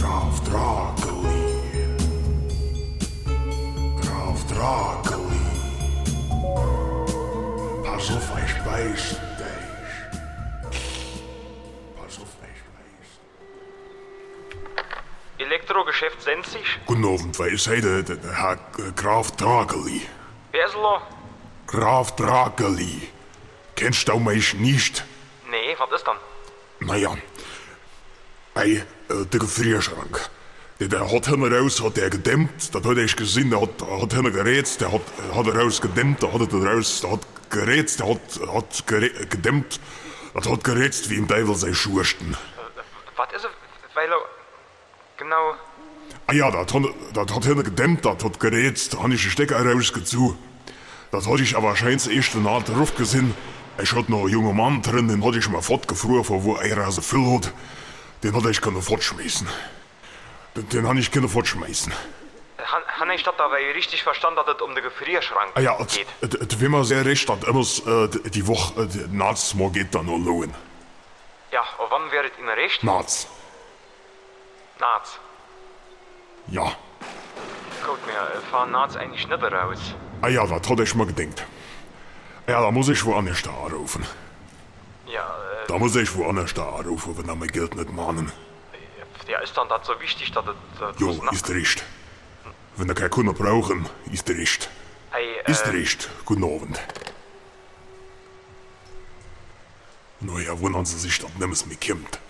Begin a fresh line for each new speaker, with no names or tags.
Graf Dracoli. Graf Dracoli. Pass auf, ich beiß dich. Pass auf, ich beiß dich.
Elektrogeschäft Senzig?
Guten Abend, wer ist heute? Der- der Herr äh, Graf Dracoli.
Wer ist lo?
Graf Dracoli. Kennst du mich nicht?
Nee, was ist dann?
Naja, bei äh, der Gefrierschrank. Der, der hat immer raus, hat er gedämmt, das hat ich gesehen, der hat, hat immer gerätzt, der hat, hat er raus gedämmt, der hat er raus, der hat gerätzt, der hat, hat gerä gedämmt, das hat gerätzt wie im Teufel seine Schursten.
Äh, Was ist es? Weil er. Genau.
Ah ja, das hat, das hat immer gedämmt, das hat gerätzt, da habe ich den Stecker rausgezogen. Das hatte ich aber scheinbar erst danach drauf gesehen. Ich hatte noch einen jungen Mann drin, den hatte ich mal fortgefroren, von wo er Rase viel hat. Den hatte ich können fortschmeißen. Den, den habe ich können fortschmeißen.
Han, han ich das dabei richtig verstanden, dass es um den Gefrierschrank
Ah ja,
geht?
wenn man sehr recht hat, immer äh, d- die Woche, äh, nachts mal geht dann nur lohn.
Ja, und wann wäre Ihnen recht?
Nachts.
Naht's.
Ja.
Gut, mir äh, fahren naht's eigentlich nicht raus.
Ah ja, das hatte ich mal gedenkt. Ah Ja, da muss ich woanders da anrufen.
Ja, äh,
Da muss ich woanders da anrufen, wenn er mir Geld nicht mahnen.
ja, ist dann das so wichtig, dass es. dass
Jo,
es nach-
ist recht. Wenn er keinen Kunden brauchen, ist recht.
Ey, äh,
Ist recht. Guten Abend. Naja, wundern Sie sich, dass nimm's mir kommt.